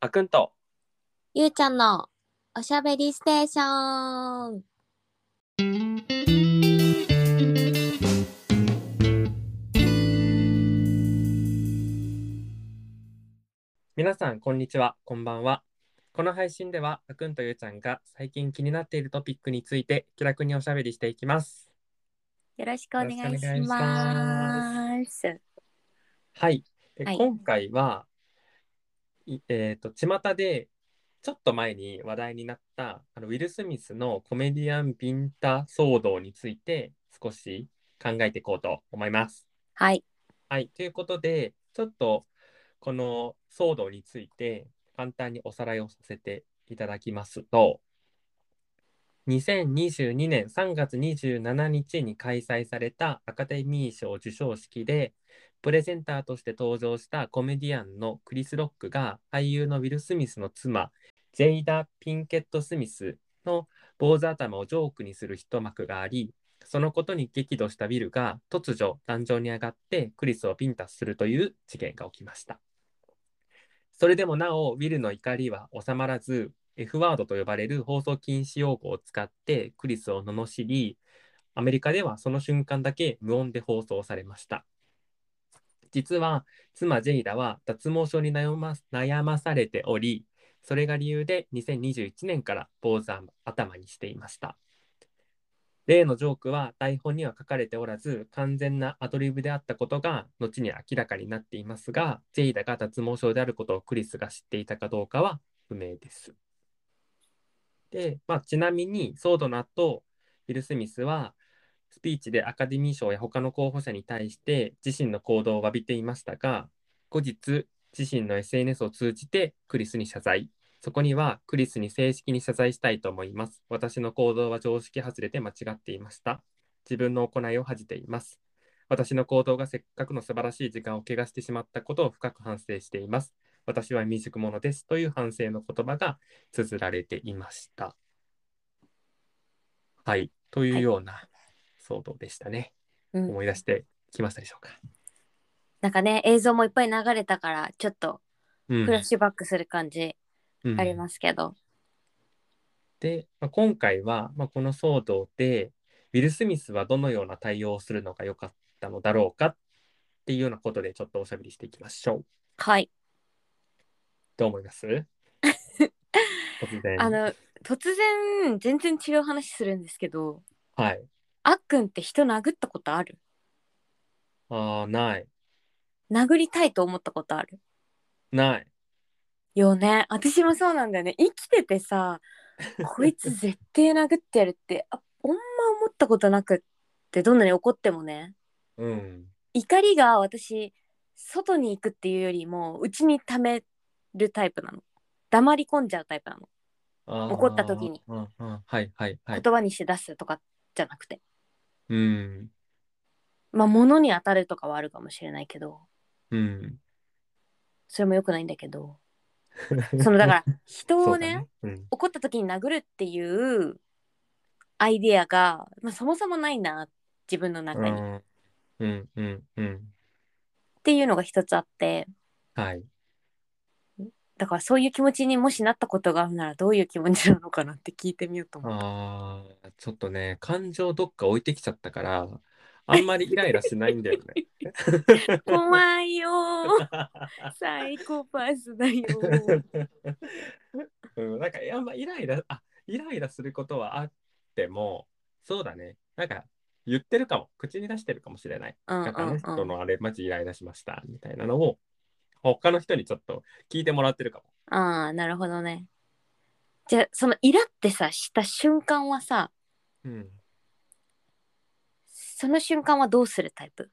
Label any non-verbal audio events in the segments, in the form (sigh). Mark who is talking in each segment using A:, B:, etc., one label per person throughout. A: あくんと
B: ゆうちゃんのおしゃべりステーション。
A: 皆さんこんにちはこんばんはこの配信ではあくんとゆうちゃんが最近気になっているトピックについて気楽におしゃべりしていきます
B: よろしくお願いし
A: よろしくお願
B: ます。
A: はい、で
B: はい
A: 今回はいえー、と巷でちょっと前に話題になったあのウィル・スミスのコメディアンビンタ騒動について少し考えていこうと思います
B: はい。
A: はい、ということで、ちょっとこの騒動について簡単におさらいをさせていただきますと、2022年3月27日に開催されたアカデミー賞授賞式で、プレゼンターとして登場したコメディアンのクリス・ロックが俳優のウィル・スミスの妻、ジェイダ・ピンケット・スミスの坊主頭をジョークにする一幕があり、そのことに激怒したビルが突如壇上に上がってクリスをビンタするという事件が起きました。それでもなおウィルの怒りは収まらず F ワードと呼ばれる放送禁止用語を使ってクリスを罵りアメリカではその瞬間だけ無音で放送されました。実は妻ジェイダは脱毛症に悩ま悩まされておりそれが理由で2021年から坊主頭にしていました。例のジョークは台本には書かれておらず完全なアドリブであったことが後に明らかになっていますがジェイダが脱毛症であることをクリスが知っていたかどうかは不明です。で、まあ、ちなみに騒動の後ウィル・スミスはスピーチでアカデミー賞や他の候補者に対して自身の行動を詫びていましたが後日自身の SNS を通じてクリスに謝罪そこにはクリスに正式に謝罪したいと思います。私の行動は常識外れて間違っていました。自分の行いを恥じています。私の行動がせっかくの素晴らしい時間を汚してしまったことを深く反省しています。私は未熟者ですという反省の言葉が綴られていました。はい。というような騒動でしたね。
B: うん、
A: 思い出してきましたでしょうか。
B: なんかね、映像もいっぱい流れたから、ちょっと
A: うん
B: フラッシュバックする感じ
A: うん
B: ありますけど。
A: で、まあ、今回は、まあ、この騒動でウィル・スミスはどのような対応をするのが良かったのだろうかっていうようなことでちょっとおしゃべりしていきましょう。
B: はい。
A: どう思います
B: (laughs)
A: 突然。
B: あの、突然、全然違う話するんですけど、
A: はい。
B: あっくんって人殴ったことある
A: ああ、ない。
B: 殴りたいと思ったことある
A: ない。
B: よね私もそうなんだよね生きててさこいつ絶対殴ってやるってあほんま思ったことなくってどんなに怒ってもね
A: うん。
B: 怒りが私外に行くっていうよりもうちに溜めるタイプなの黙り込んじゃうタイプなの、
A: あー
B: 怒った時に。
A: うんうん、はいはいはい。
B: 言葉にして出すとかじゃなくて
A: うん。
B: まあ物に当たるとかはあるかもしれないけど
A: うん。
B: それも良くないんだけどそのだから (laughs) 人
A: (laughs) そ
B: を
A: うだ
B: ね
A: ね。うん。
B: 怒った時に殴るっていうアイデアが、まあ、そもそもないな自分の中に、っ
A: うんうんうん。
B: ていうのが一つあって
A: はい。
B: だからそういう気持ちにもしなったことがあるならどういう気持ちなのかなって聞いてみようと思う。
A: ああ、ちょっとね、感情どっか置いてきちゃったから、あんまりイライラしないんだよね。
B: 怖いよーサイコパスだよー
A: (laughs) うん、なんか、あんまイライラ、あ、イライラすることはあっても、そうだね。なんか、言ってるかも。口に出してるかもしれない。
B: うん
A: なんか、あの
B: うんう
A: 人
B: ん
A: のあれ、マジイライラしました。みたいなのを、他の人にちょっと聞いてもらってるかも。
B: ああなるほどね。じゃあそのイラってさした瞬間はさ
A: うん。
B: その瞬間はどうするタイプ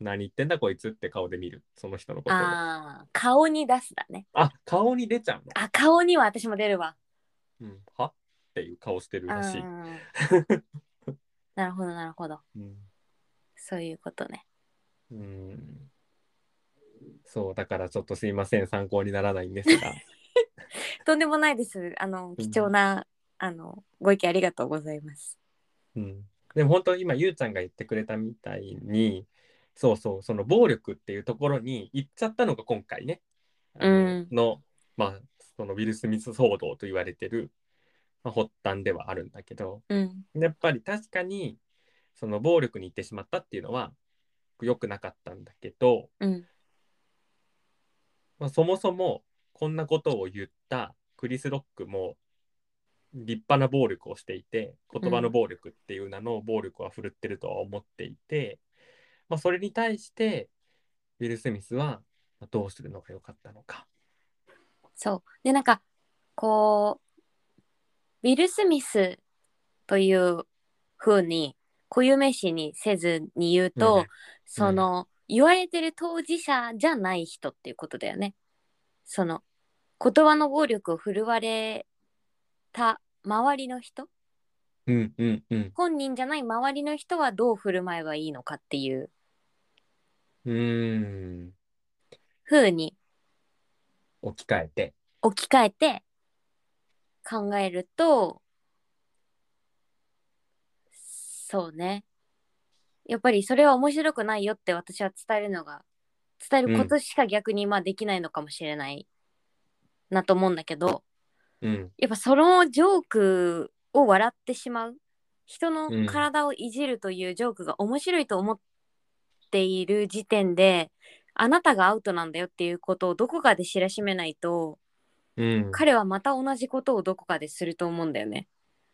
A: 何言ってんだこいつって顔で見る。その人のことを。あ
B: ああ顔に出すだね。
A: 顔に出ちゃうの。
B: あ顔には私も出るわ。
A: うん、はっていう顔してるらしい。
B: うんなるほどなるほど
A: うん
B: そういうことね
A: うんそう、だからちょっとすいません、参考にならないんですが。
B: とんでもないですあの貴重な、あのご意見ありがとうございます
A: うん、でも本当、今、ゆうちゃんが言ってくれたみたいに、そうそう、その暴力っていうところに行っちゃったのが今回ね、あの
B: うん
A: のまあ、そのウィル・スミス騒動と言われてる、まあ、発端ではあるんだけど、
B: うん
A: やっぱり確かに、その暴力に行ってしまったっていうのは、良くなかったんだけど、
B: うん
A: まあ、そもそもこんなことを言ったクリス・ロックも立派な暴力をしていて言葉の暴力っていう名の暴力は振るってるとは思っていて、まあ、それに対してウィル・スミスはまあどうするのが良かったのか。
B: そうでなんかこうウィル・スミスという風に固有名詞にせずに言うと、
A: うん
B: その、言われてる当事者じゃない人っていうことだよね。その言葉の暴力を振るわれた周りの人
A: うんうんうん。
B: 本人じゃない周りの人はどう振る舞えばいいのかっていう
A: うーん
B: 風に
A: 置き換えて。
B: 置き換えて考えるとそうねやっぱりそれは面白くないよって私は伝えるのが伝えることしか逆にまあできないのかもしれないなと思うんだけど、
A: うん
B: やっぱそのジョークを笑ってしまう人
A: うん
B: の体をいじるというジョークが面白いと思っている時点で、あなたがアウトなんだよっていうことをどこかで知らしめないと
A: うん
B: 彼はまた同じことをどこかですると思うんだよね。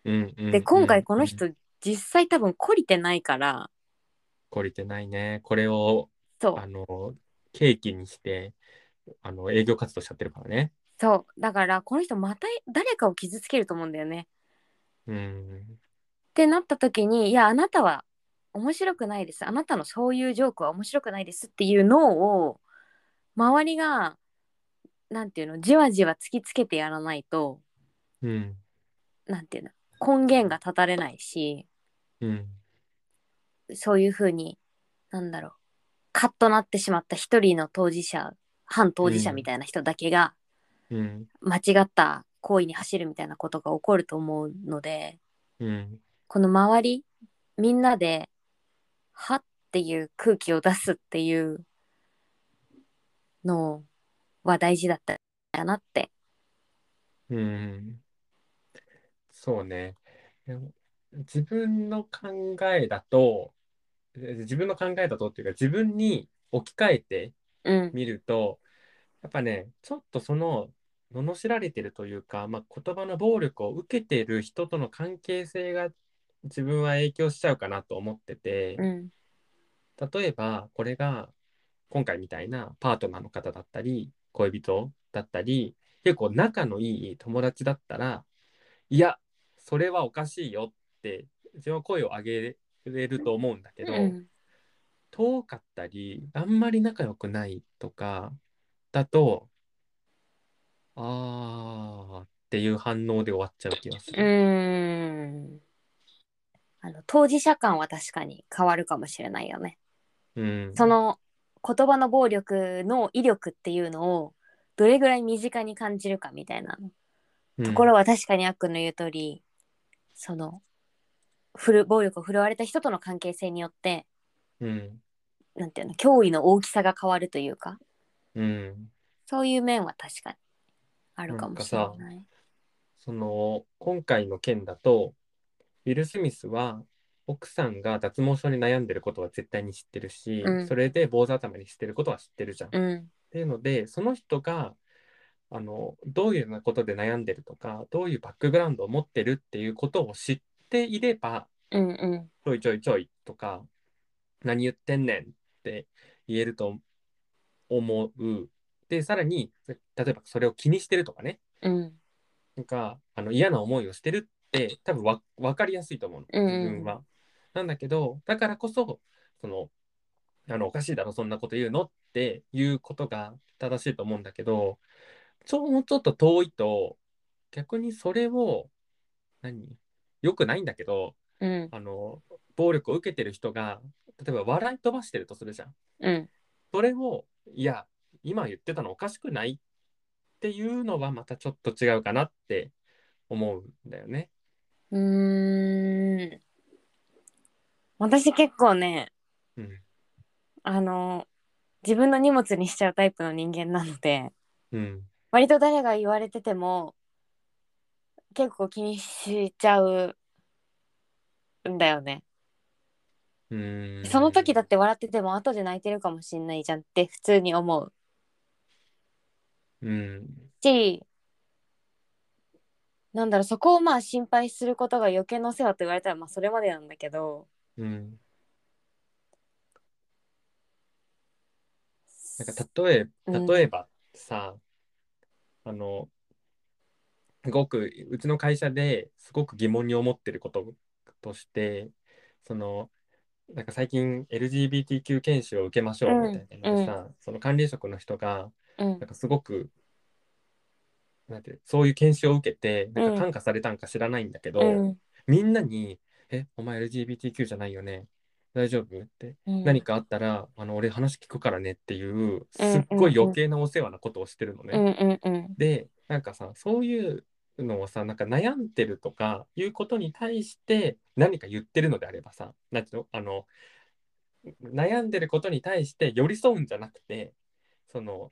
A: うんうん
B: で今回この
A: うん
B: 人実際多分懲りてないから
A: 懲りてないねこれを
B: そう
A: あのケーキにしてあの営業活動しちゃってるからね。
B: そうだからこの人また誰かを傷つけると思うんだよね。
A: うん
B: ってなった時にいやあなたは面白くないですあなたのそういうジョークは面白くないですっていうのを周りがなんていうのじわじわ突きつけてやらないと
A: うん
B: なんていうの根源が断たれないし
A: うん
B: そういうふうになんだろうカッとなってしまった一人の当事者反当事者みたいな人だけが
A: うん
B: 間違った行為に走るみたいなことが起こると思うので。
A: うん
B: この周りみんなで「は」っていう空気を出すっていうのは大事だったんだなって
A: うんそうねでも自分の考えだとえ自分の考えだとっていうか自分に置き換えて
B: うん
A: みるとやっぱねちょっとその罵られてるというか、まあ、言葉の暴力を受けてる人との関係性が自分は影響しちゃうかなと思ってて。
B: うん
A: 例えばこれが今回みたいなパートナーの方だったり恋人だったり結構仲のいい友達だったらいやそれはおかしいよって自分は声を上げれると思うんだけど、
B: うん
A: 遠かったりあんまり仲良くないとかだとあーっていう反応で終わっちゃう気がす
B: う
A: る。
B: ーんあの当事者感は確かに変わるかもしれないよね。
A: うん、
B: その言葉の暴力の威力っていうのをどれぐらい身近に感じるかみたいな
A: うん
B: ところは確かにあっくんの言う通り、その振る暴力を振るわれた人との関係性によって
A: うん
B: なんていうの脅威の大きさが変わるというか
A: うん
B: そういう面は確かにあるかもしれ
A: な
B: ない。
A: その今回の件だとウィル・スミスは奥さんが脱毛症に悩んでることは絶対に知ってるし、
B: うん
A: それで坊主頭にしてることは知ってるじゃん。っ
B: うん
A: ていうのでその人があのどういうようなことで悩んでるとかどういうバックグラウンドを持ってるっていうことを知っていれば
B: うんう
A: ちょいちょいちょいとか何言ってんねんって言えると思う。でさらに例えばそれを気にしてるとかね
B: んうん
A: なんかあの嫌な思いをしてるって多分わ分かりやすいと思うの
B: うんうん
A: 自分は。なんだけどだからこそそのあのおかしいだろそんなこと言うのっていうことが正しいと思うんだけどちょもうちょっと遠いと逆にそれを何良くないんだけど
B: うん
A: あの暴力を受けてる人が例えば笑い飛ばしてるとするじゃん。
B: うん
A: それをいや今言ってたのおかしくないっていうのはまたちょっと違うかなって思うんだよね。
B: うーん私結構ね
A: うん
B: あの自分の荷物にしちゃうタイプの人間なので
A: うん
B: 割と誰が言われてても結構気にしちゃうんだよね。
A: うーん
B: その時だって笑ってても後で泣いてるかもしんないじゃんって普通に思う
A: うん
B: しなんだろうそこをまあ心配することが余計の世話と言われたらまあそれまでなんだけど
A: うんなんか例え
B: うん
A: 例えばさ、あのすごくうちの会社ですごく疑問に思ってることとしてそのなんか最近 LGBTQ 研修を受けましょうみたいなのでさ、その管理職の人が
B: うん
A: なんかすごくなんていうそういう研修を受けてなんか感化されたんか知らないんだけど、
B: うん
A: みんなに「えお前 LGBTQ じゃないよね大丈夫?」って
B: うん
A: 何かあったら、あの俺話聞くからねっていうす
B: うん
A: っごい余計なお世話なことをしてるのね。
B: うんうんうん
A: でなんかさそういうのをさなんか悩んでるとかいうことに対して何か言ってるのであればさなんていうのあの悩んでることに対して寄り添うんじゃなくてその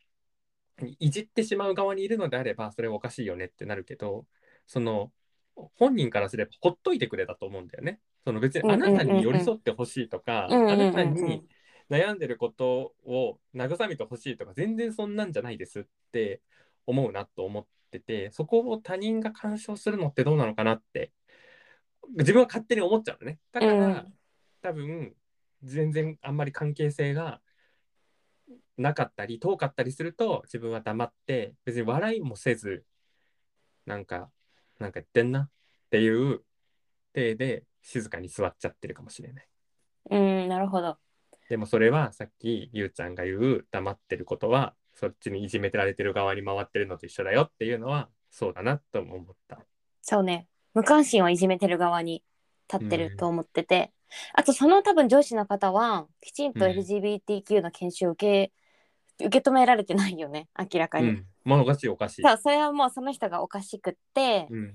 A: いじってしまう側にいるのであればそれはおかしいよねってなるけどその本人からすればほっといてくれだと思うんだよね。その別にあなたに寄り添ってほしいとか、
B: うんうんうんうん
A: あなたに悩んでることを慰めてほしいとか全然そんなんじゃないですって思うなと思っててそこを他人が干渉するのってどうなのかなって自分は勝手に思っちゃうのねだから、
B: うん
A: 多分全然あんまり関係性がなかったり遠かったりすると自分は黙って別に笑いもせずなんかなんか言ってんなっていう体で静かに座っちゃってるかもしれない。
B: うんなるほど
A: でもそれはさっきゆうちゃんが言う黙ってることはそっちにいじめられてる側に回ってるのと一緒だよっていうのはそうだなとも思った。
B: そうね無関心をいじめてる側に立ってると思ってて、あとその多分上司の方はきちんと
A: うん
B: LGBTQ の研修を受け、受け止められてないよね明らか
A: う
B: に、
A: ん。もおかしいおかしい。
B: そうそれはもうその人がおかしくって、
A: うん。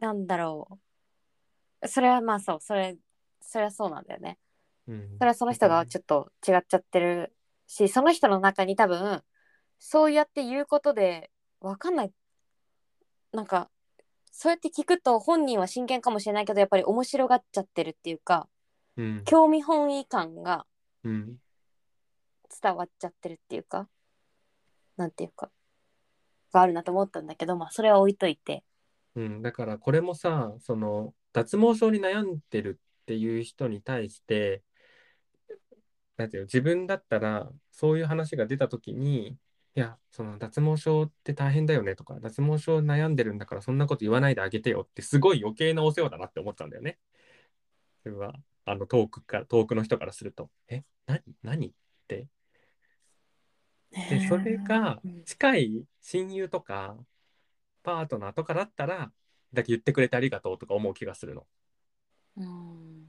B: なんだろうそれはまあそうそれそれはそうなんだよね
A: うん。
B: それはその人がちょっと違っちゃってるしその人の中に多分そうやって言うことでわかんないなんかそうやって聞くと本人は真剣かもしれないけどやっぱり面白がっちゃってるっていうか
A: うん。
B: 興味本位感が
A: うん。
B: 伝わっちゃってるっていうかなんていうかがあるなと思ったんだけどまあそれは置いといて
A: うん、だからこれもさ、その脱毛症に悩んでるっていう人に対して、なんていうの、自分だったらそういう話が出た時に、いや、その脱毛症って大変だよねとか、脱毛症悩んでるんだからそんなこと言わないであげてよってすごい余計なお世話だなって思ったんだよね。それは、あの遠くから、遠くの人からすると、え、何何でそれが
B: うん
A: 近い親友とかパートナーとかだったらだけ言ってくれてありがとうとか思う気がするの。
B: うん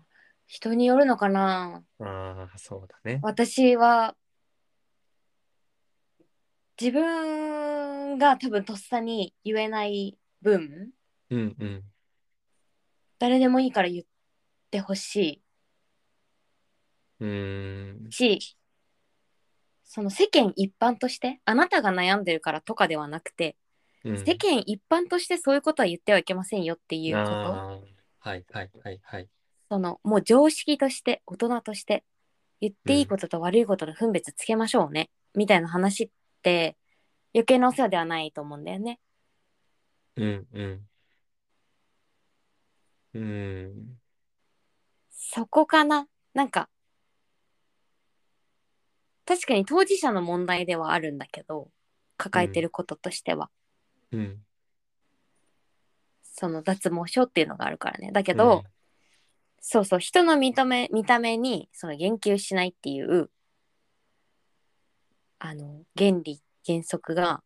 B: 人によるのかな
A: ああそうだね。
B: 私は自分が多分とっさに言えない分
A: うんうん
B: 誰でもいいから言ってほし
A: うーん
B: いしその世間一般としてあなたが悩んでるからとかではなくて、
A: うん。
B: 世間一般としてそういうことは言ってはいけませんよっていうこと
A: あーはいはいはいはい。
B: そのもう常識として大人として言っていいことと悪いことの分別つけましょうね、みたいな話って余計なお世話ではないと思うんだよね。
A: うんうん。うーん
B: そこかななんか確かに当事者の問題ではあるんだけど抱えてることとしては、
A: うん。
B: その脱毛症っていうのがあるからねだけど、そうそう人の認め見た目にその言及しないっていうあの原理原則が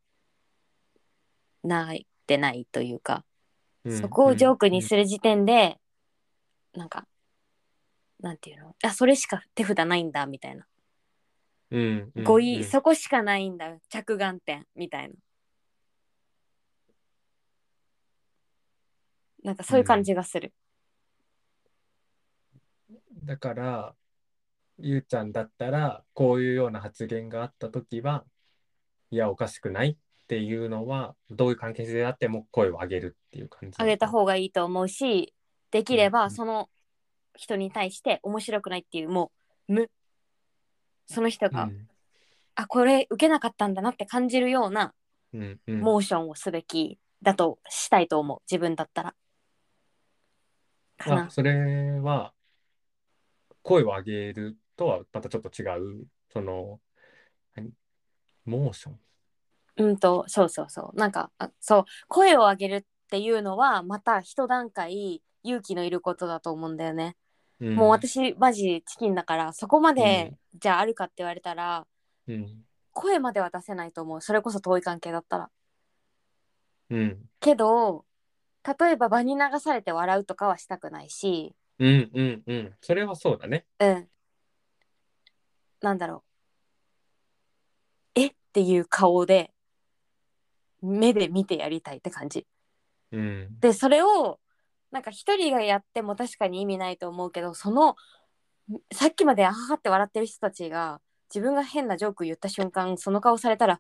B: ないってないというか、
A: うん、
B: そこをジョークにする時点で、なんかなんていうのあそれしか手札ないんだみたいな。
A: る。うんうん
B: 語
A: うん
B: 彙そこしかないんだ着眼点みたいななんかそういう感じがする、
A: だからゆうちゃんだったらこういうような発言があった時はいやおかしくないっっていうのはどういう関係性であっても声を上げるっていう感じ
B: あげた
A: が
B: 方がいいと思うしできれ
A: うん
B: ばその人に対して面白くないっていうもう無その人が、あこれ受けなかったんだなって感じるような
A: うんうんうん
B: モーションをすべきだとしたいと思う自分だったら。か
A: まあ、
B: な
A: それは声を上げるとはまたちょっと違うその何モーション
B: うんとそうそうそうなんかあそう声を上げるっていうのはまた一段階勇気のいることだと思うんだよね。
A: うん
B: もう私マジチキンだからそこまで、じゃああるかって言われたら
A: うん
B: 声までは出せないと思うそれこそ遠い関係だったら
A: うん
B: けど例えば場に流されて笑うとかはしたくないし
A: うんうんうんそれはそうだね
B: うんなんだろうえっていう顔で目で見てやりたいって感じ
A: うん
B: でそれをなんか一人がやっても確かに意味ないと思うけどそのさっきまであははって笑ってる人たちが自分が変なジョーク言った瞬間その顔されたら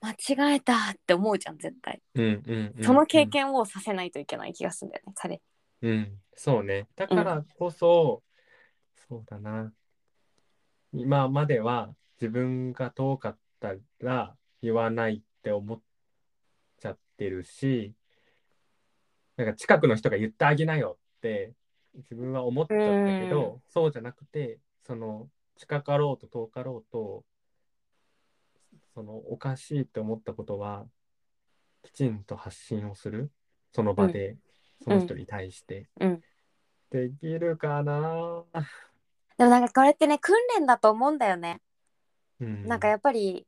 B: 間違えたって思うじゃん絶対
A: うんうんうん
B: その経験をさせないといけない気がするんだよね、彼
A: うん、そうね。だからこそ、そうだな。今までは自分が遠かったら言わないって思っちゃってるし、なんか近くの人が言ってあげなよって自分は思っちゃったけど、そうじゃなくて、その近かろうと遠かろうと、そのおかしいって思ったことはきちんと発信をする、その場で。その人に対して。
B: うん
A: できるかな、
B: でもなんかこれってね訓練だと思うんだよね、
A: うん、
B: なんかやっぱり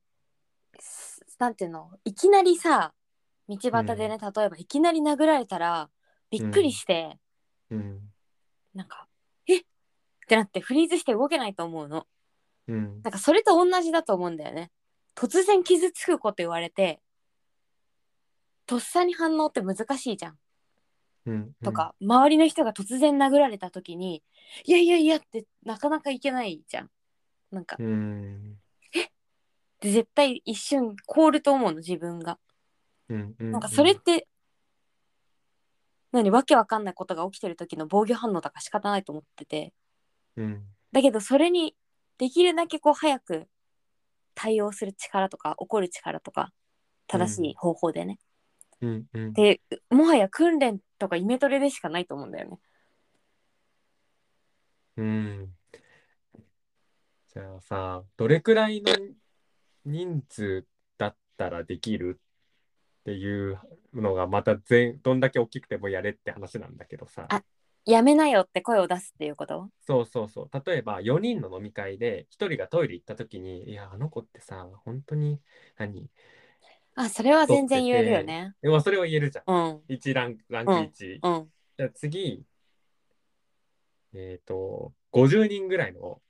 B: すなんていうのいきなりさ道端でね、例えばいきなり殴られたらびっくりして、
A: うん
B: なんか、えっってなってフリーズして動けないと思うの。
A: うん
B: なんかそれと同じだと思うんだよね。突然傷つくこと言われて、とっさに反応って難しいじゃん。
A: うん、
B: とか、周りの人が突然殴られた時に、いやいやいやってなかなかいけないじゃん。なんか、
A: うん
B: で絶対一瞬凍ると思うの、自分が。
A: うんう
B: なんかそれって、何、わけわかんないことが起きてる時の防御反応だから仕方ないと思ってて。
A: うん
B: だけどそれにできるだけこう早く対応する力とか怒る力とか正しい方法でね、
A: うんうん
B: でもはや訓練とかイメトレでしかないと思うんだよね
A: うんじゃあさどれくらいの人数だったらできるっていうのがまた全どんだけ大きくてもやれって話なんだけどさ
B: あやめなよって声を出すっていうこと
A: そうそうそう。例えば4人の飲み会で1人がトイレ行った時に、いや、あの子ってさ、本当に何
B: あそれは全然言えるよね
A: でもそれを言えるじゃん。
B: うん
A: 1ランク、ランク1。
B: うん
A: じゃあ次、えっ、と、50人ぐらいの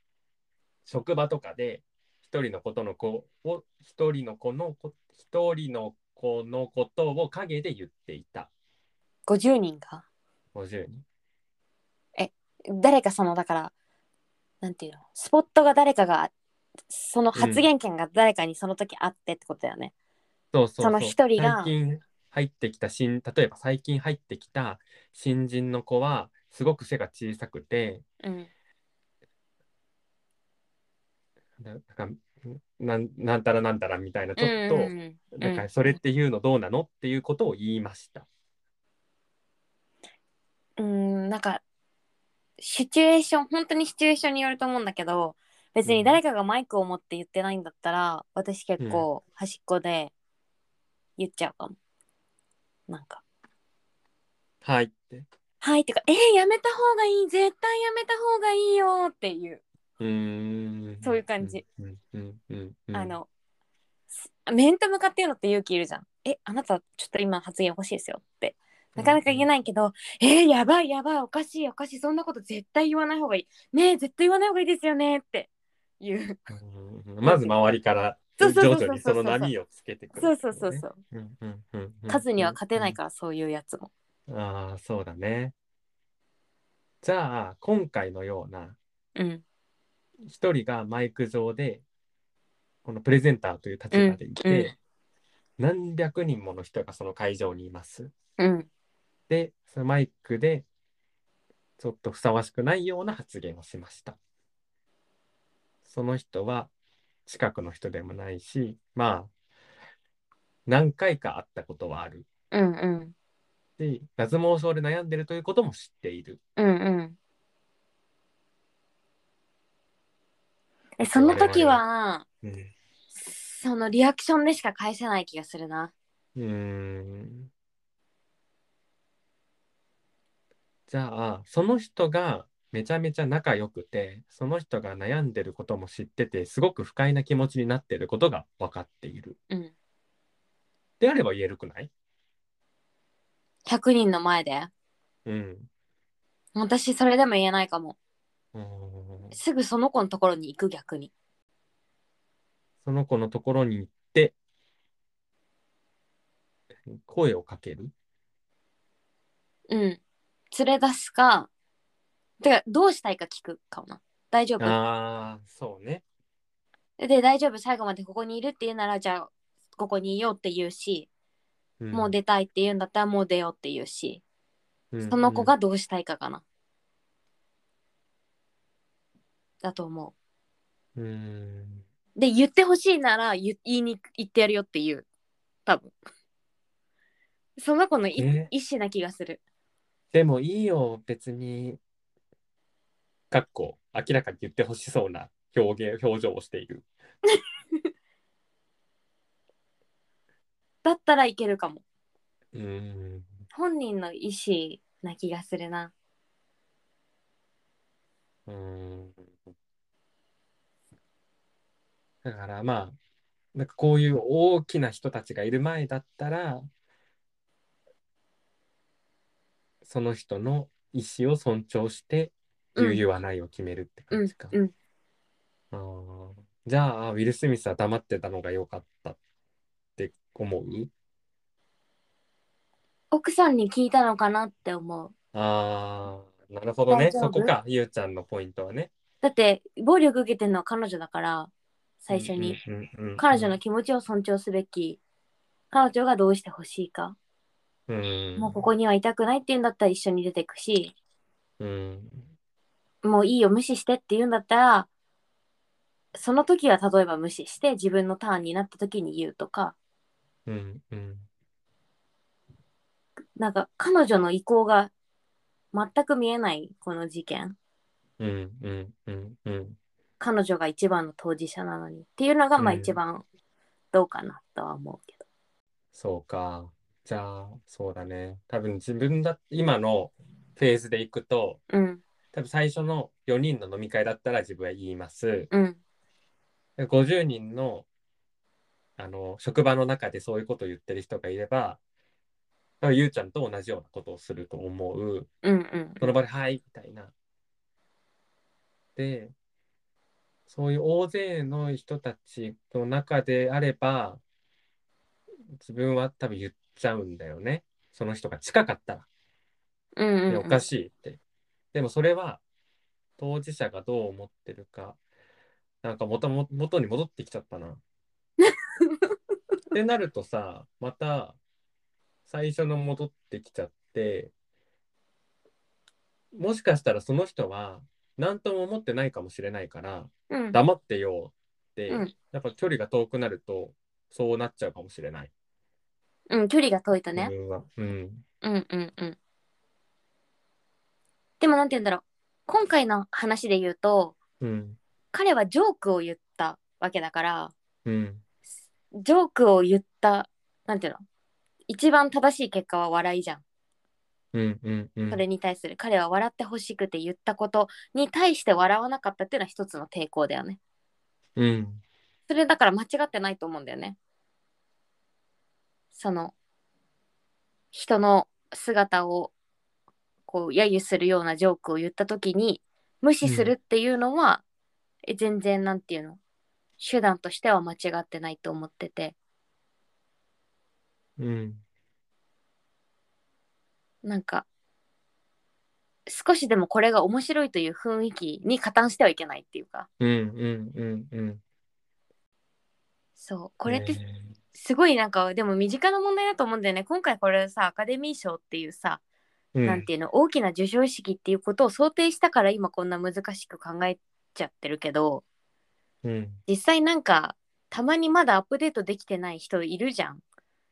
A: 職場とかで、1人のことの子を、1人の子のこ、1人の子のことを陰で言っていた。
B: 50人が
A: 50人。
B: 誰かそのだからなんていうのスポットが誰かがその発言権が誰かにその時あってってことだよね、
A: そうそうう
B: その一人
A: 最
B: が
A: 近入ってきた新例えば最近入ってきた新人の子はすごく背が小さくて
B: うん、
A: ななんかなんなんたらなんたらみたいなちょっと、
B: うんうんうん
A: なんかそれっていうのどうなのっていうことを言いました。
B: うーんなんかシチュエーション本当にシチュエーションによると思うんだけど別に誰かがマイクを持って言ってないんだったら、私結構端っこで言っちゃうかも。なんか
A: はいって。
B: 「はい」ってか「えー、やめた方がいい絶対やめた方がいいよ」っていう、
A: うーん
B: そういう感じ。
A: うんうんうんうん
B: あのす面と向かって言うのって勇気いるじゃん。えあなたちょっと今発言欲しいですよってなかなか言えないけど、えー、やばいやばいおかしいおかしいそんなこと絶対言わない方がいいねえ絶対言わない方がいいですよねっていう
A: うんまず周りから
B: そ
A: 徐
B: うそうそうそう
A: 々にその波をつけてくる、
B: そうそうそうそう。
A: う。うんうんうんうん
B: 数には勝てないから、そういうやつも。
A: ああ、そうだね。じゃあ、今回のような、
B: うん。
A: 一人がマイク上で、このプレゼンターという立場でいて、
B: うんうん
A: 何百人もの人がその会場にいます。
B: うん。
A: で、そのマイクで、ちょっとふさわしくないような発言をしました。その人は、近くの人でもないし、まあ、何回か会ったことはある
B: うんうん。
A: し、脱毛症で悩んでるということも知っている。
B: うんうん。え、その時は、
A: うん。
B: そのリアクションでしか返せない気がするな。
A: うーん。じゃあ、その人がめちゃめちゃ仲良くて、その人が悩んでることも知ってて、すごく不快な気持ちになってることが分かっている。
B: うん。
A: であれば言えるくない
B: 100人の前で。
A: うん。
B: 私、それでも言えないかも。
A: うーん
B: すぐその子のところに行く逆に。
A: その子のところに行って、声をかける。
B: うん。連れ出すか、てか、どうしたいか聞くかもな。大丈夫
A: ああ、そうね。
B: で、大丈夫、最後までここにいるって言うなら、じゃあ、ここにいようって言うし、
A: うん
B: もう出たいって言うんだったら、もう出ようって言うし、
A: うん
B: その子がどうしたいかかな。だと思
A: うんうん
B: う。で、言ってほしいなら、言言いに言ってやるよって言う。多分。その子のい
A: え
B: 意思な気がする。
A: でもいいよ、別に。かっこ、明らかに言ってほしそうな表現、表情をしている。
B: だったらいけるかも。
A: うん。
B: 本人の意思な気がするな。
A: うん。だからまあ、なんかこういう大きな人たちがいる前だったら、その人の意思を尊重して、言う
B: うん
A: 言わないを決めるって
B: う
A: 感
B: ん
A: じか。
B: うん。
A: あーじゃあ、ウィル・スミスは黙ってたのが良かったって思う
B: 奥さんに聞いたのかなって思う
A: ああ、なるほどね。
B: 大丈夫
A: そこか、ゆうちゃんのポイントはね。
B: だって暴力受けてるのは彼女だから最初に、
A: うんうんうんうん
B: 彼女の気持ちを尊重すべき彼女がどうしてほしいか、
A: うん、
B: もうここにはいたくないっていうんだったら一緒に出てくし
A: うん、
B: もういいよ無視してって言うんだったらその時は例えば無視して自分のターンになった時に言うとか
A: うん、うん。
B: なんか彼女の意向が全く見えないこの事件
A: うんうんうんうん
B: 彼女が一番の当事者なのにっていうのがまあ
A: うん
B: 一番どうかなとは思うけど。
A: そうかじゃあそうだね多分自分だ今のフェーズでいくと
B: うん
A: 多分最初の4人の飲み会だったら自分は言います
B: うん
A: で50人のあの職場の中でそういうことを言ってる人がいれば多分ゆうちゃんと同じようなことをすると思う
B: うんうん
A: その場で「はい」みたいな。でそういう大勢の人たちの中であれば自分は多分言っちゃうんだよねその人が近かったら、
B: うんうん
A: ね
B: うん
A: おかしいって。でもそれは当事者がどう思ってるかなんか元も元に戻ってきちゃった
B: (laughs)
A: な。ってなるとさまた最初の戻ってきちゃってもしかしたらその人は何とも思ってないかもしれないから
B: うん
A: 黙ってよって、
B: うん
A: やっぱ距離が遠くなるとそうなっちゃうかもしれない
B: うん、距離が遠いと
A: 自
B: ね。
A: 分は。うん
B: うんうんうん。でもなんて言うんだろう。今回の話で言うと、
A: うん
B: 彼はジョークを言ったわけだから、
A: うん
B: ジョークを言った、なんていうの一番正しい結果は笑いじゃん。
A: うんうんうん
B: それに対する、彼は笑ってほしくて言ったことに対して笑わなかったっていうのは一つの抵抗だよね。
A: うん
B: それだから間違ってないと思うんだよね。その人の姿をこう揶揄するようなジョークを言った時に無視するっていうのは、え全然なんていうの手段としては間違ってないと思ってて
A: うん
B: なんか少しでもこれが面白いという雰囲気に加担してはいけないっていうか
A: うんうんうんうん
B: そうこれって
A: ね
B: すごいなんかでも身近な問題だと思うんだよね今回これさアカデミー賞っていうさ、
A: うん
B: なんていうの大きな授賞式っていうことを想定したから今こんな難しく考えちゃってるけど
A: うん
B: 実際なんかたまにまだアップデートできてない人いるじゃん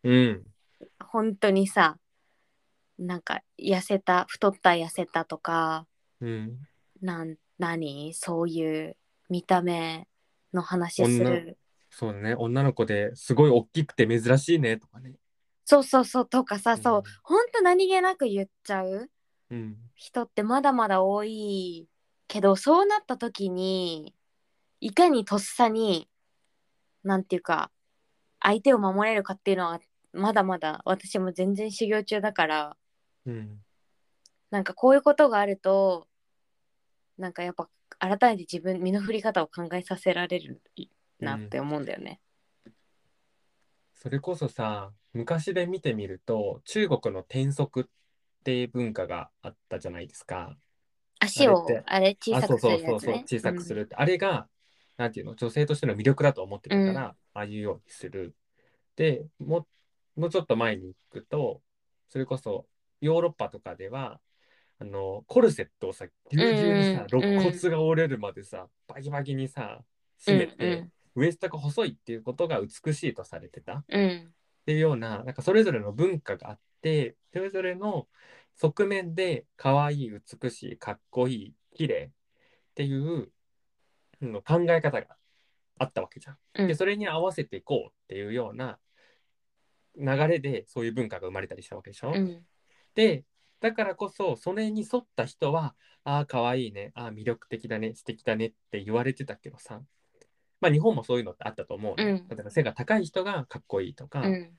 A: うん
B: 本当にさなんか痩せた太った痩せたとか
A: うん
B: なん何そういう見た目の話する
A: そうね女の子ですごい大きくて珍しいねとかね
B: そうそうそうとかさ、そう
A: うん
B: ほんと何気なく言っちゃう
A: うん
B: 人ってまだまだ多いけどそうなった時にいかにとっさになんていうか相手を守れるかっていうのはまだまだ私も全然修行中だから
A: うん
B: なんかこういうことがあるとなんかやっぱ改めて自分身の振り方を考えさせられるなって思うんだよね。
A: それこそさ昔で見てみると中国の転足って文化があったじゃないですか。
B: 足を
A: あれって
B: あれ小
A: あ
B: さ
A: そう
B: く
A: そ
B: す
A: う
B: る
A: そ
B: や
A: う
B: つ
A: そう
B: ね。
A: 小さくするって、あれがなんていうの女性としての魅力だと思ってるから、ああいうようにする。でももうちょっと前に行くとそれこそヨーロッパとかではあのコルセットをさぎゅうぎゅうにさ、
B: うんうん
A: 肋骨が折れるまでさバキバキにさ
B: うん。
A: 締めて、ウエストが細いっていうことが美しいとされてたっ
B: うんうん
A: ていうようななんかそれぞれの文化があってそれぞれの側面で可愛い美しいかっこいい綺麗っていううん考え方があったわけじゃん。
B: うん
A: でそれに合わせていこうっていうような流れでそういう文化が生まれたりしたわけでしょ。
B: うん
A: でだからこそそれに沿った人はああ可愛いねああ魅力的だね素敵だねって言われてたけどさまあ日本もそういうのってあったと思う、
B: うん
A: だから背が高い人がかっこいいとか、
B: うん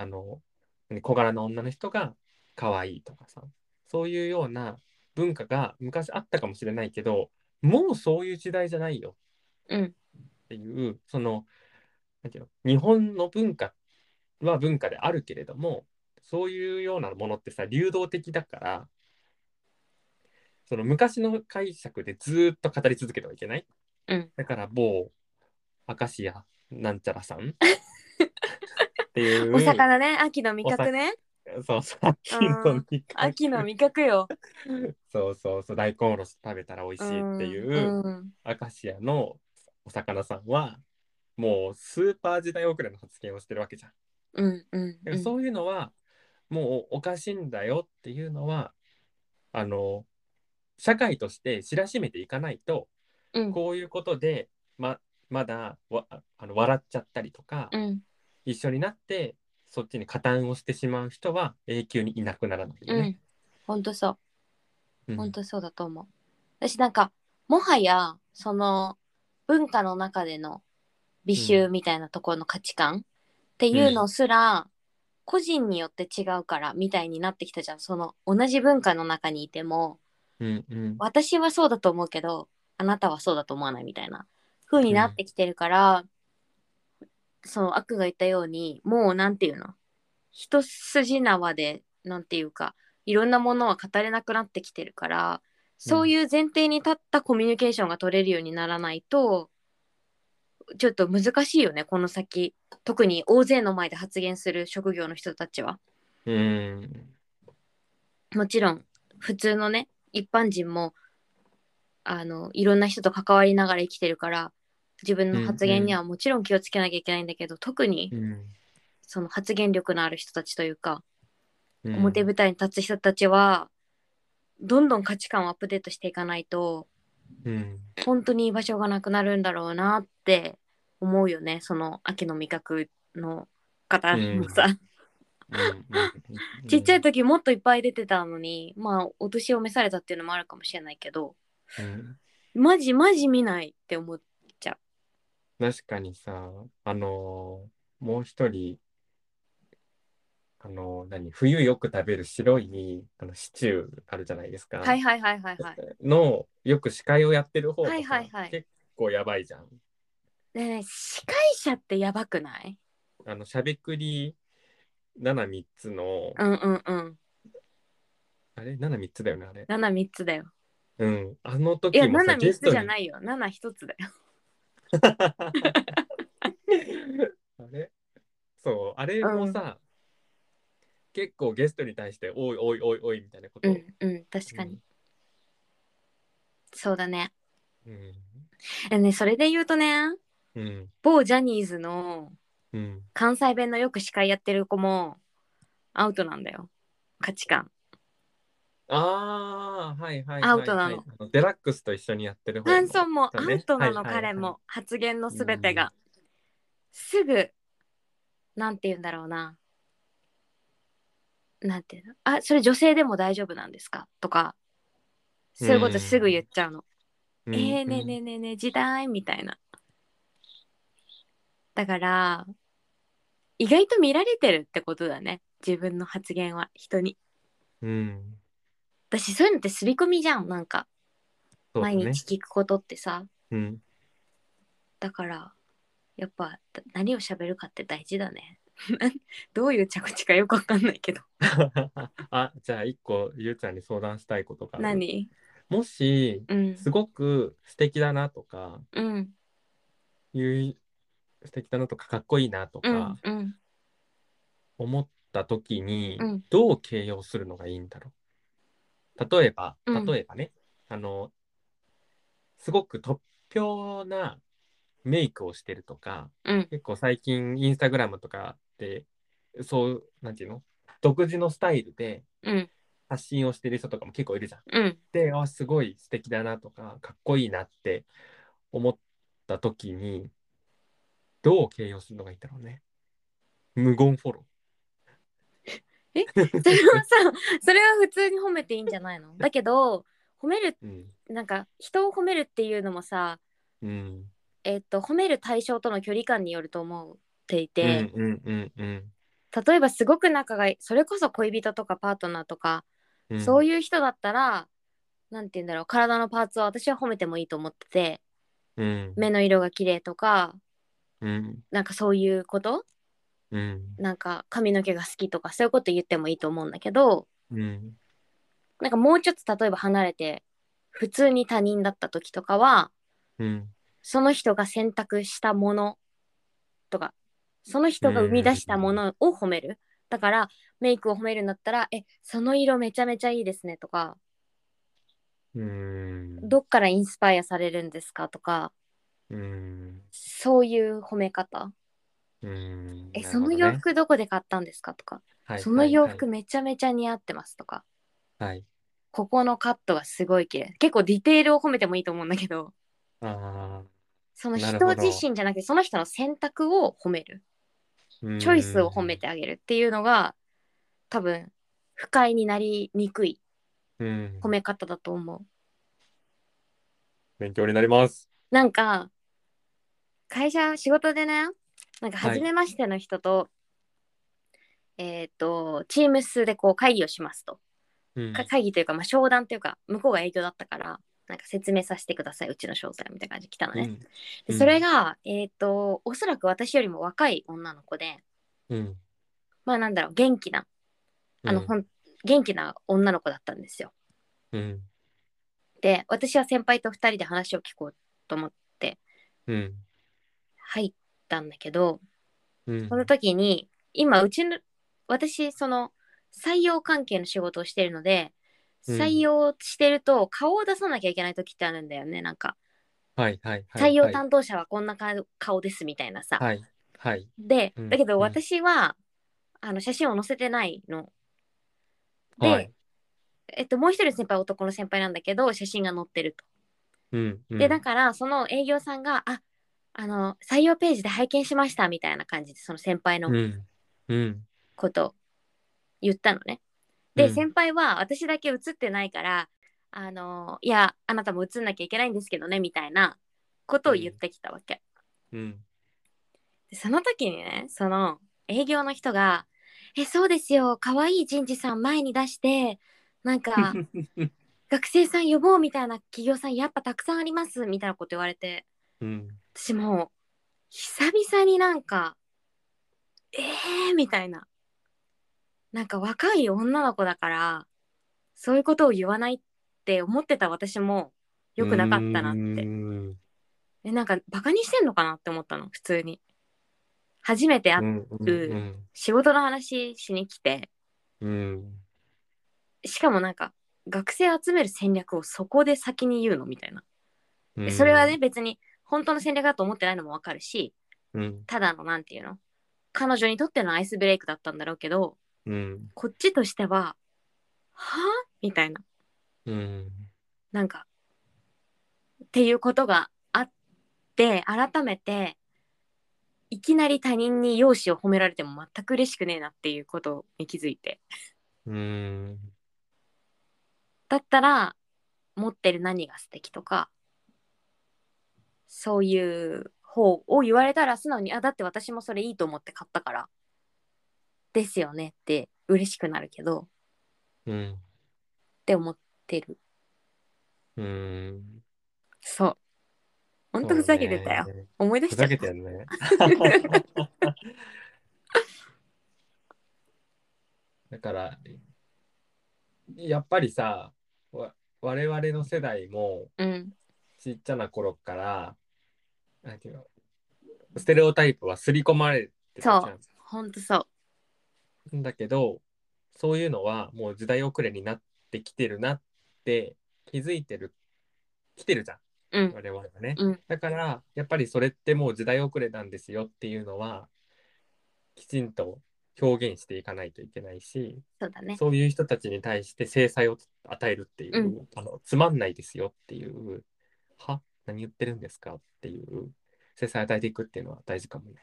A: あの小柄な女の人が可愛いとかさそういうような文化が昔あったかもしれないけどもうそういう時代じゃないよ
B: うん
A: っていうそのなんていうの日本の文化は文化であるけれどもそういうようなものってさ流動的だからその昔の解釈でずーっと語り続けてはいけない、
B: うん
A: だから某明石家なんちゃら
B: (laughs)
A: さんっていう
B: お魚ね秋の味覚ね
A: そうそう秋の味覚
B: 秋の味覚よ。
A: そうそうそう大根おろし食べたら美味しいっていう、
B: うんうん
A: アカシアのお魚さんはもうスーパー時代遅れの発言をしてるわけじゃん。
B: うんうん
A: だからそういうのはもうおかしいんだよっていうのはあの社会として知らしめていかないと
B: うん
A: こういうことでままだわあの笑っちゃったりとか、
B: うん
A: 一緒になってそっちに加担をしてしまう人は永久にいなくならないよ
B: う
A: ね。
B: ん本当そううん本当そうだと思う。私なんかもはやその文化の中での美醜みたいなところの価値観っていうのすら個人によって違うからみたいになってきたじゃんその同じ文化の中にいても
A: うんうん
B: 私はそうだと思うけどあなたはそうだと思わないみたいな風になってきてるから、その悪が言ったようにもうなんていうの一筋縄でなんていうかいろんなものは語れなくなってきてるからそういう前提に立ったコミュニケーションが取れるようにならないとちょっと難しいよねこの先特に大勢の前で発言する職業の人たちは。
A: うん
B: もちろん普通のね一般人もあのいろんな人と関わりながら生きてるから自分の発言にはもちろん気をつけなきゃいけないんだけど、特に
A: うん
B: その発言力のある人たちというか、
A: うん
B: 表舞台に立つ人たちはどんどん価値観をアップデートしていかないと
A: うん
B: 本当に居場所がなくなるんだろうなって思うよねその秋の味覚の方もさ、
A: うんうん
B: ちっちゃい時もっといっぱい出てたのにまあお年を召されたっていうのもあるかもしれないけど、
A: うん
B: マジマジ見ないって思う。
A: 確かにさ、あのーもう一人、あのー何、冬よく食べる白いあのシチューあるじゃないですか。
B: はいはいはいはいはい。
A: の、よく司会をやってる方がさ
B: はいはいはい
A: 結構やばいじゃん。
B: ねえねえ司会者ってやばくない
A: あの、しゃべくり7、3つの、
B: うんうんうん。
A: あれ ?7、3つだよね、あれ。
B: 7、3つだよ。
A: うん。あの
B: い
A: 時
B: や、
A: もさ、
B: 7、
A: ゲ
B: 3
A: ス
B: つ
A: ト
B: じ
A: に
B: ゃないよ。7、1つだよ。
A: あれそう、あれもさ、結構ゲストに対して、おいおいおいおいみたいなこと。
B: うんうん確かに、そうだね
A: うん。
B: えねそれで言うとね
A: うん。
B: 某ジャニーズの
A: うん。
B: 関西弁のよく司会やってる子もアウトなんだよ価値観
A: ああ、はいはいはい、はい。
B: アウトなの
A: あ。デラックスと一緒にやってる方の
B: ハンソンも
A: だ
B: ア
A: ね
B: ウトなの、
A: はいはいはい
B: 彼も発言のすべてが、すぐなんて言うんだろうななんて言うのあそれ女性でも大丈夫なんですかとかそういうことすぐ言っちゃうの、
A: うん
B: えー、ねえねえねえねえ時代みたいなだから意外と見られてるってことだね自分の発言は人に
A: うん。
B: 私そういうのって刷り込みじゃんなんか
A: そうだ
B: 毎
A: ね
B: 日聞くことってさ
A: うん。 (laughs)
B: だからやっぱだ何を喋るかって大事だね (laughs) どういう着地かよくわかんないけど
A: あ、じゃあ一個ゆうちゃんに相談したいことがある。
B: 何
A: もし、
B: うん
A: すごく素敵だなとか、
B: うん
A: いう素敵だなとか、かっこいいなと
B: う
A: か
B: んうん
A: 思った時に、
B: うん
A: どう形容するのがいいんだろう。例えば、
B: うん
A: 例えばね、あの、すごく突拍なメイクをしてるとか、
B: うん
A: 結構最近インスタグラムとかで、そう、なんていうの独自のスタイルで
B: うん
A: 発信をしてる人とかも結構いるじゃん。 (laughs)
B: うん
A: で、あ、すごい素敵だなとか、かっこいいなって思った時に、どう形容するのがいいんだろうね。無言フォロ
B: それはさそれは普通に褒めていいんじゃないのだけど褒める
A: ー。うん。
B: なんか人を褒めるっていうのもさ
A: うん。
B: えっと褒める対象との距離感によると思っていて、
A: うんうんうんうん
B: 例えばすごく仲がいいそれこそ恋人とかパートナーとか、
A: うん。
B: そう
A: い
B: いう人だったらなんて言うんだろう体のパーツを私は褒めてもいいと思ってて
A: うん。
B: 目の色が綺麗とか
A: うん。
B: なんかそういうこと
A: うん。
B: なんか髪の毛が好きとかそういうこと言ってもいいと思うんだけど
A: うん。
B: なんかもうちょっと例えば離れて普通に他人だった時とかは
A: うん。
B: その人が選択したものとかその人が生み出したものを褒めるだからメイクを褒めるんだったら「えその色めちゃめちゃいいですね」とか
A: うん
B: 「どっからインスパイアされるんですか?」とか
A: うん。
B: そういう褒め方
A: うん
B: 「えその洋、服どこで買ったんですか?」とか「その洋服
A: はい
B: めちゃめちゃ似合ってます」とか
A: はいはい。
B: ここのカットがすごい綺麗結構ディテールを褒めてもいいと思うんだけど
A: あ
B: その
A: な
B: 人
A: るほど
B: 自身じゃなくてその人の選択を褒める
A: あ。
B: チョイスを褒めてあげるっていうのが多分不快になりにくい
A: うん。
B: 褒め方だと思う
A: 勉強になります。
B: なんか会社仕事でねなんか
A: はい
B: 初めましての人と、えっ、とチーム数でこう会議をしますと
A: うん
B: か会議というか、まあ、商談というか向こうが営業だったからなんか説明させてくださいうちの商材みたいな感じで来たのね、
A: う
B: で
A: ん
B: それが、えっ、とおそらく私よりも若い女の子で
A: うん。
B: まあなんだろう元気なあの、ほん元気な女の子だったんですよ
A: うん。
B: で私は先輩と2人で話を聞こうと思って
A: うん。
B: 入ったんだけど
A: うん
B: その時に今うちの私その採用関係の仕事をしてるので
A: うん
B: 採用してると顔を出さなきゃいけない時ってあるんだよねなんか
A: はいはいはい。
B: 採用担当者はこんな顔顔ですみたいなさ、
A: はいはい。
B: で、
A: うん
B: だけ
A: う
B: ど
A: ん
B: 私は、あの写真を載せてないの。で、
A: はい
B: えっと、もう一人の先輩は男の先輩なんだけど写真が載ってると。
A: うん。うん
B: で、だからその営業さんが「ああの採用ページで拝見しました」みたいな感じでその先輩
A: う
B: の
A: ん。うん。
B: ことを言ったのね。
A: う
B: で
A: ん
B: 先輩は私だけ写ってないから「あのいやあなたも写んなきゃいけないんですけどね」みたいなことを言ってきたわけ。
A: うん。
B: でその時にねその営業の人が「えそうですよ可愛い人事さん前に出してな
A: (laughs)
B: んか学生さん呼ぼうみたいな企業さんやっぱたくさんあります」みたいなこと言われて
A: うん。
B: 私もう久々になんか「えー」みたいななんか若い女の子だからそういうことを言わないって思ってた私も良くなかったなっ
A: う
B: て
A: ん
B: えなんかバカにしてんのかなって思ったの普通に初めて
A: う
B: 会っ
A: んうん
B: 仕事の話しに来て
A: うんうん
B: しかもなんか学生集める戦略をそこで先に言うのみたいな
A: うん
B: それはね別に本当の戦略だと思ってないのもわかるし
A: うん
B: ただのなんていうの彼女にとってのアイスブレイクだったんだろうけど
A: うん
B: こっちとしてははあみたいな
A: うん
B: なんかっていうことがあって改めていきなり他人に容姿を褒められても全く嬉しくねえなっていうことに気づいて
A: うん
B: だったら持ってる何が素敵とかそういう方を言われたら素直に「あだって私もそれいいと思って買ったから」ですよねって嬉しくなるけど
A: うん
B: って思ってる
A: うん
B: そうほんとふざけてたよ、
A: そうね
B: 思い出
A: ふ
B: しち
A: ざ
B: ゃっ
A: け
B: た
A: てる
B: (laughs)
A: ねだからやっぱりさわ我々の世代も
B: うん
A: ちっちゃな頃からなんていうのステレオタイプは刷り込まれてたじゃん
B: ほんとそう
A: だけどそういうのはもう時代遅れになってきてるなって気づいてる来てるじゃん
B: うん
A: 我々はね、
B: うん
A: だからやっぱりそれってもう時代遅れなんですよっていうのはきちんと表現していかないといけないし、
B: そうだね
A: そういう人たちに対して制裁を与えるっていう、
B: う
A: あのつまんないですよっていうは何言ってるんですかっていう制裁与えていくっていうのは大事かもね。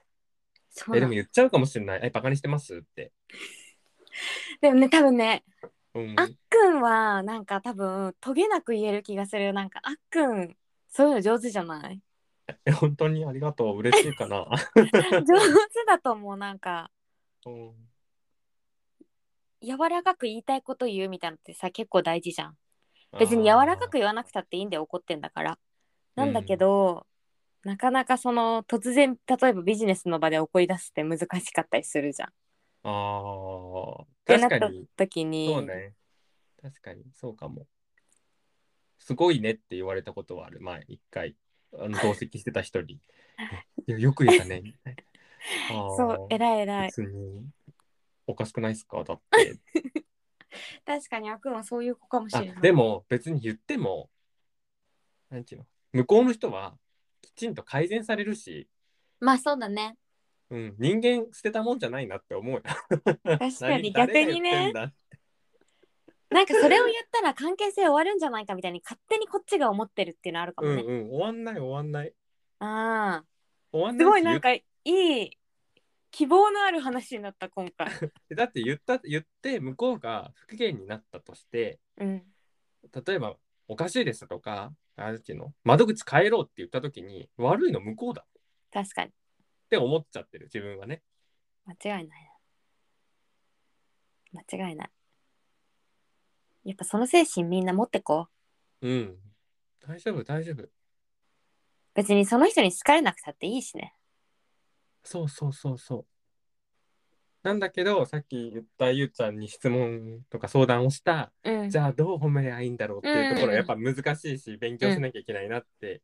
B: そう
A: えで
B: なの
A: も言っちゃうかもしれない。えバカにしてますって。
B: でもね多分ね
A: うん
B: あっくんはなんか多分とげなく言える気がするなんかあっくんそういうの上手じゃない (laughs)
A: え本当にありがとう。嬉しいかな。
B: 上手だと思うなんか
A: (laughs) うん
B: 柔らかく言いたいこと言うみたいなのってさ結構大事じゃん別に柔らかく言わなくたっていいんだよ怒ってんだからなんだけど、なかなかその突然例えばビジネスの場で怒り出すって難しかったりするじゃんっ
A: あー
B: てなっ
A: 確か
B: た
A: に。
B: 時に
A: そうね。確かに、そうかも。すごいねって言われたことはある、前、一回。あの同席してた人に。 (laughs) いやよく言ったね。みたいなあー
B: そう偉い偉い
A: 別におかしくないですかだ
B: (laughs)
A: って。
B: 確かにあっくんはそういう子かもし
A: あ
B: れない
A: でも別に言っても、なんていうの、向こうの人はきちんと改善されるし、
B: まあそうだね
A: うん、人間捨てたもんじゃないなって思うよ。
B: 確か
A: 何誰
B: に
A: が
B: 逆にね
A: 言ってんだ
B: なんかそれを言ったら関係性終わるんじゃないかみたいに勝手にこっちが思ってるっていうのある
A: う
B: かも
A: ん
B: ね。
A: うん、終わんない終わんない。
B: あ
A: 終わ
B: あ
A: んな
B: す
A: いし
B: ごいなんかいい希望のある話になった
A: (laughs)
B: 今回。
A: だって言った言って向こうが不機嫌になったとして
B: うん、
A: 例えば「おかしいです」とかあれっていうの窓口変えろって言った時に悪いの向こうだっ
B: 確かに
A: て思っちゃってる自分はね
B: 間違いないな。間違いない。やっぱその精神みんな持ってこう。
A: うん大丈夫大丈夫
B: 別にその人に好かれなくたっていいしね。
A: そうそうそうそうなんだけどさっき言ったゆうちゃんに質問とか相談をした
B: うん
A: じゃあどう褒めりゃいいんだろうっていうところは
B: うん
A: やっぱ難しいし勉強しなきゃいけないなって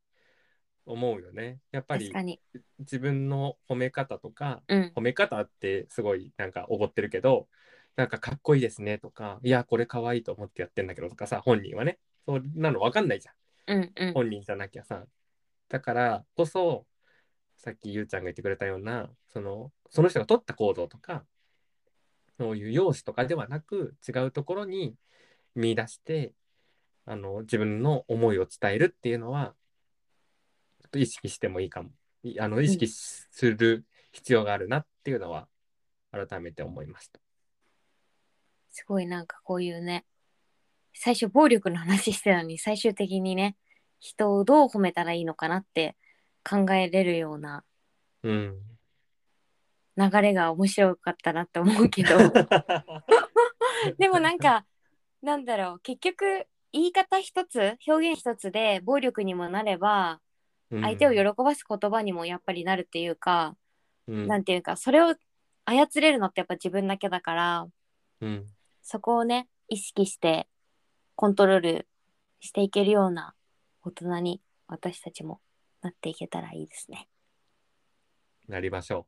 A: 思うよねやっぱ
B: 確
A: り
B: かに。
A: 自分の褒め方とか
B: うん。
A: 褒め方ってすごいなんかおごってるけどなんかかっこいいですねとかいやこれ可愛いと思ってやってんだけどとかさ本人はねそんなの分かんないじゃ
B: うんうん
A: ん。本人じゃなきゃさだからこそさっきゆうちゃんが言ってくれたようなそのその人が取った行動とかそういう容姿とかではなく違うところに見出してあの自分の思いを伝えるっていうのはちょっと意識してもいいかもいあの意識する必要があるなっていうのは改めて思いました。
B: すごいなんかこういうね最初暴力の話してたのに最終的にね人をどう褒めたらいいのかなって考えれるような
A: うん、
B: (laughs) 流れが面白かったなって思うけど
A: (laughs)
B: でもなんかなんだろう結局言い方一つ表現一つで暴力にもなれば
A: うん
B: 相手を喜ばす言葉にもやっぱりなるっていうか、
A: うん
B: なんていうかそれを操れるのってやっぱ自分だけだから
A: うん
B: そこをね意識してコントロールしていけるような大人に私たちもなっていけたらいいですね。
A: なりましょ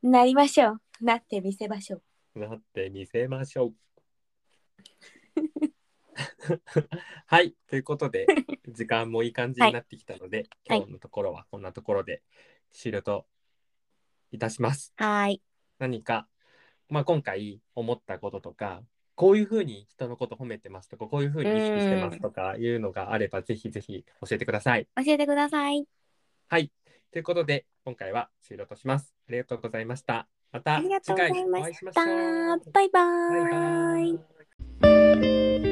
B: なりましょう。なってみせましょう。
A: なってみせましょう。 (laughs) はい、ということで、時間もいい感じになってきたので、
B: はい
A: 今日のところはこんなところで終了といたします。
B: はーい。
A: 何か、まあ、今回思ったこととか、こういうふうに人のこと褒めてますとか、こういうふうに意識してますとかいうのがあれば、ぜひぜひ教えてください。
B: 教えてください。
A: はい。ということで、今回は終了とします。ありがとうございました。また
B: ありがとう
A: 次
B: ござ
A: 回
B: いま
A: お会い
B: し
A: しましたょう。。
B: バイバ
A: バイバ
B: ーイ
A: イ。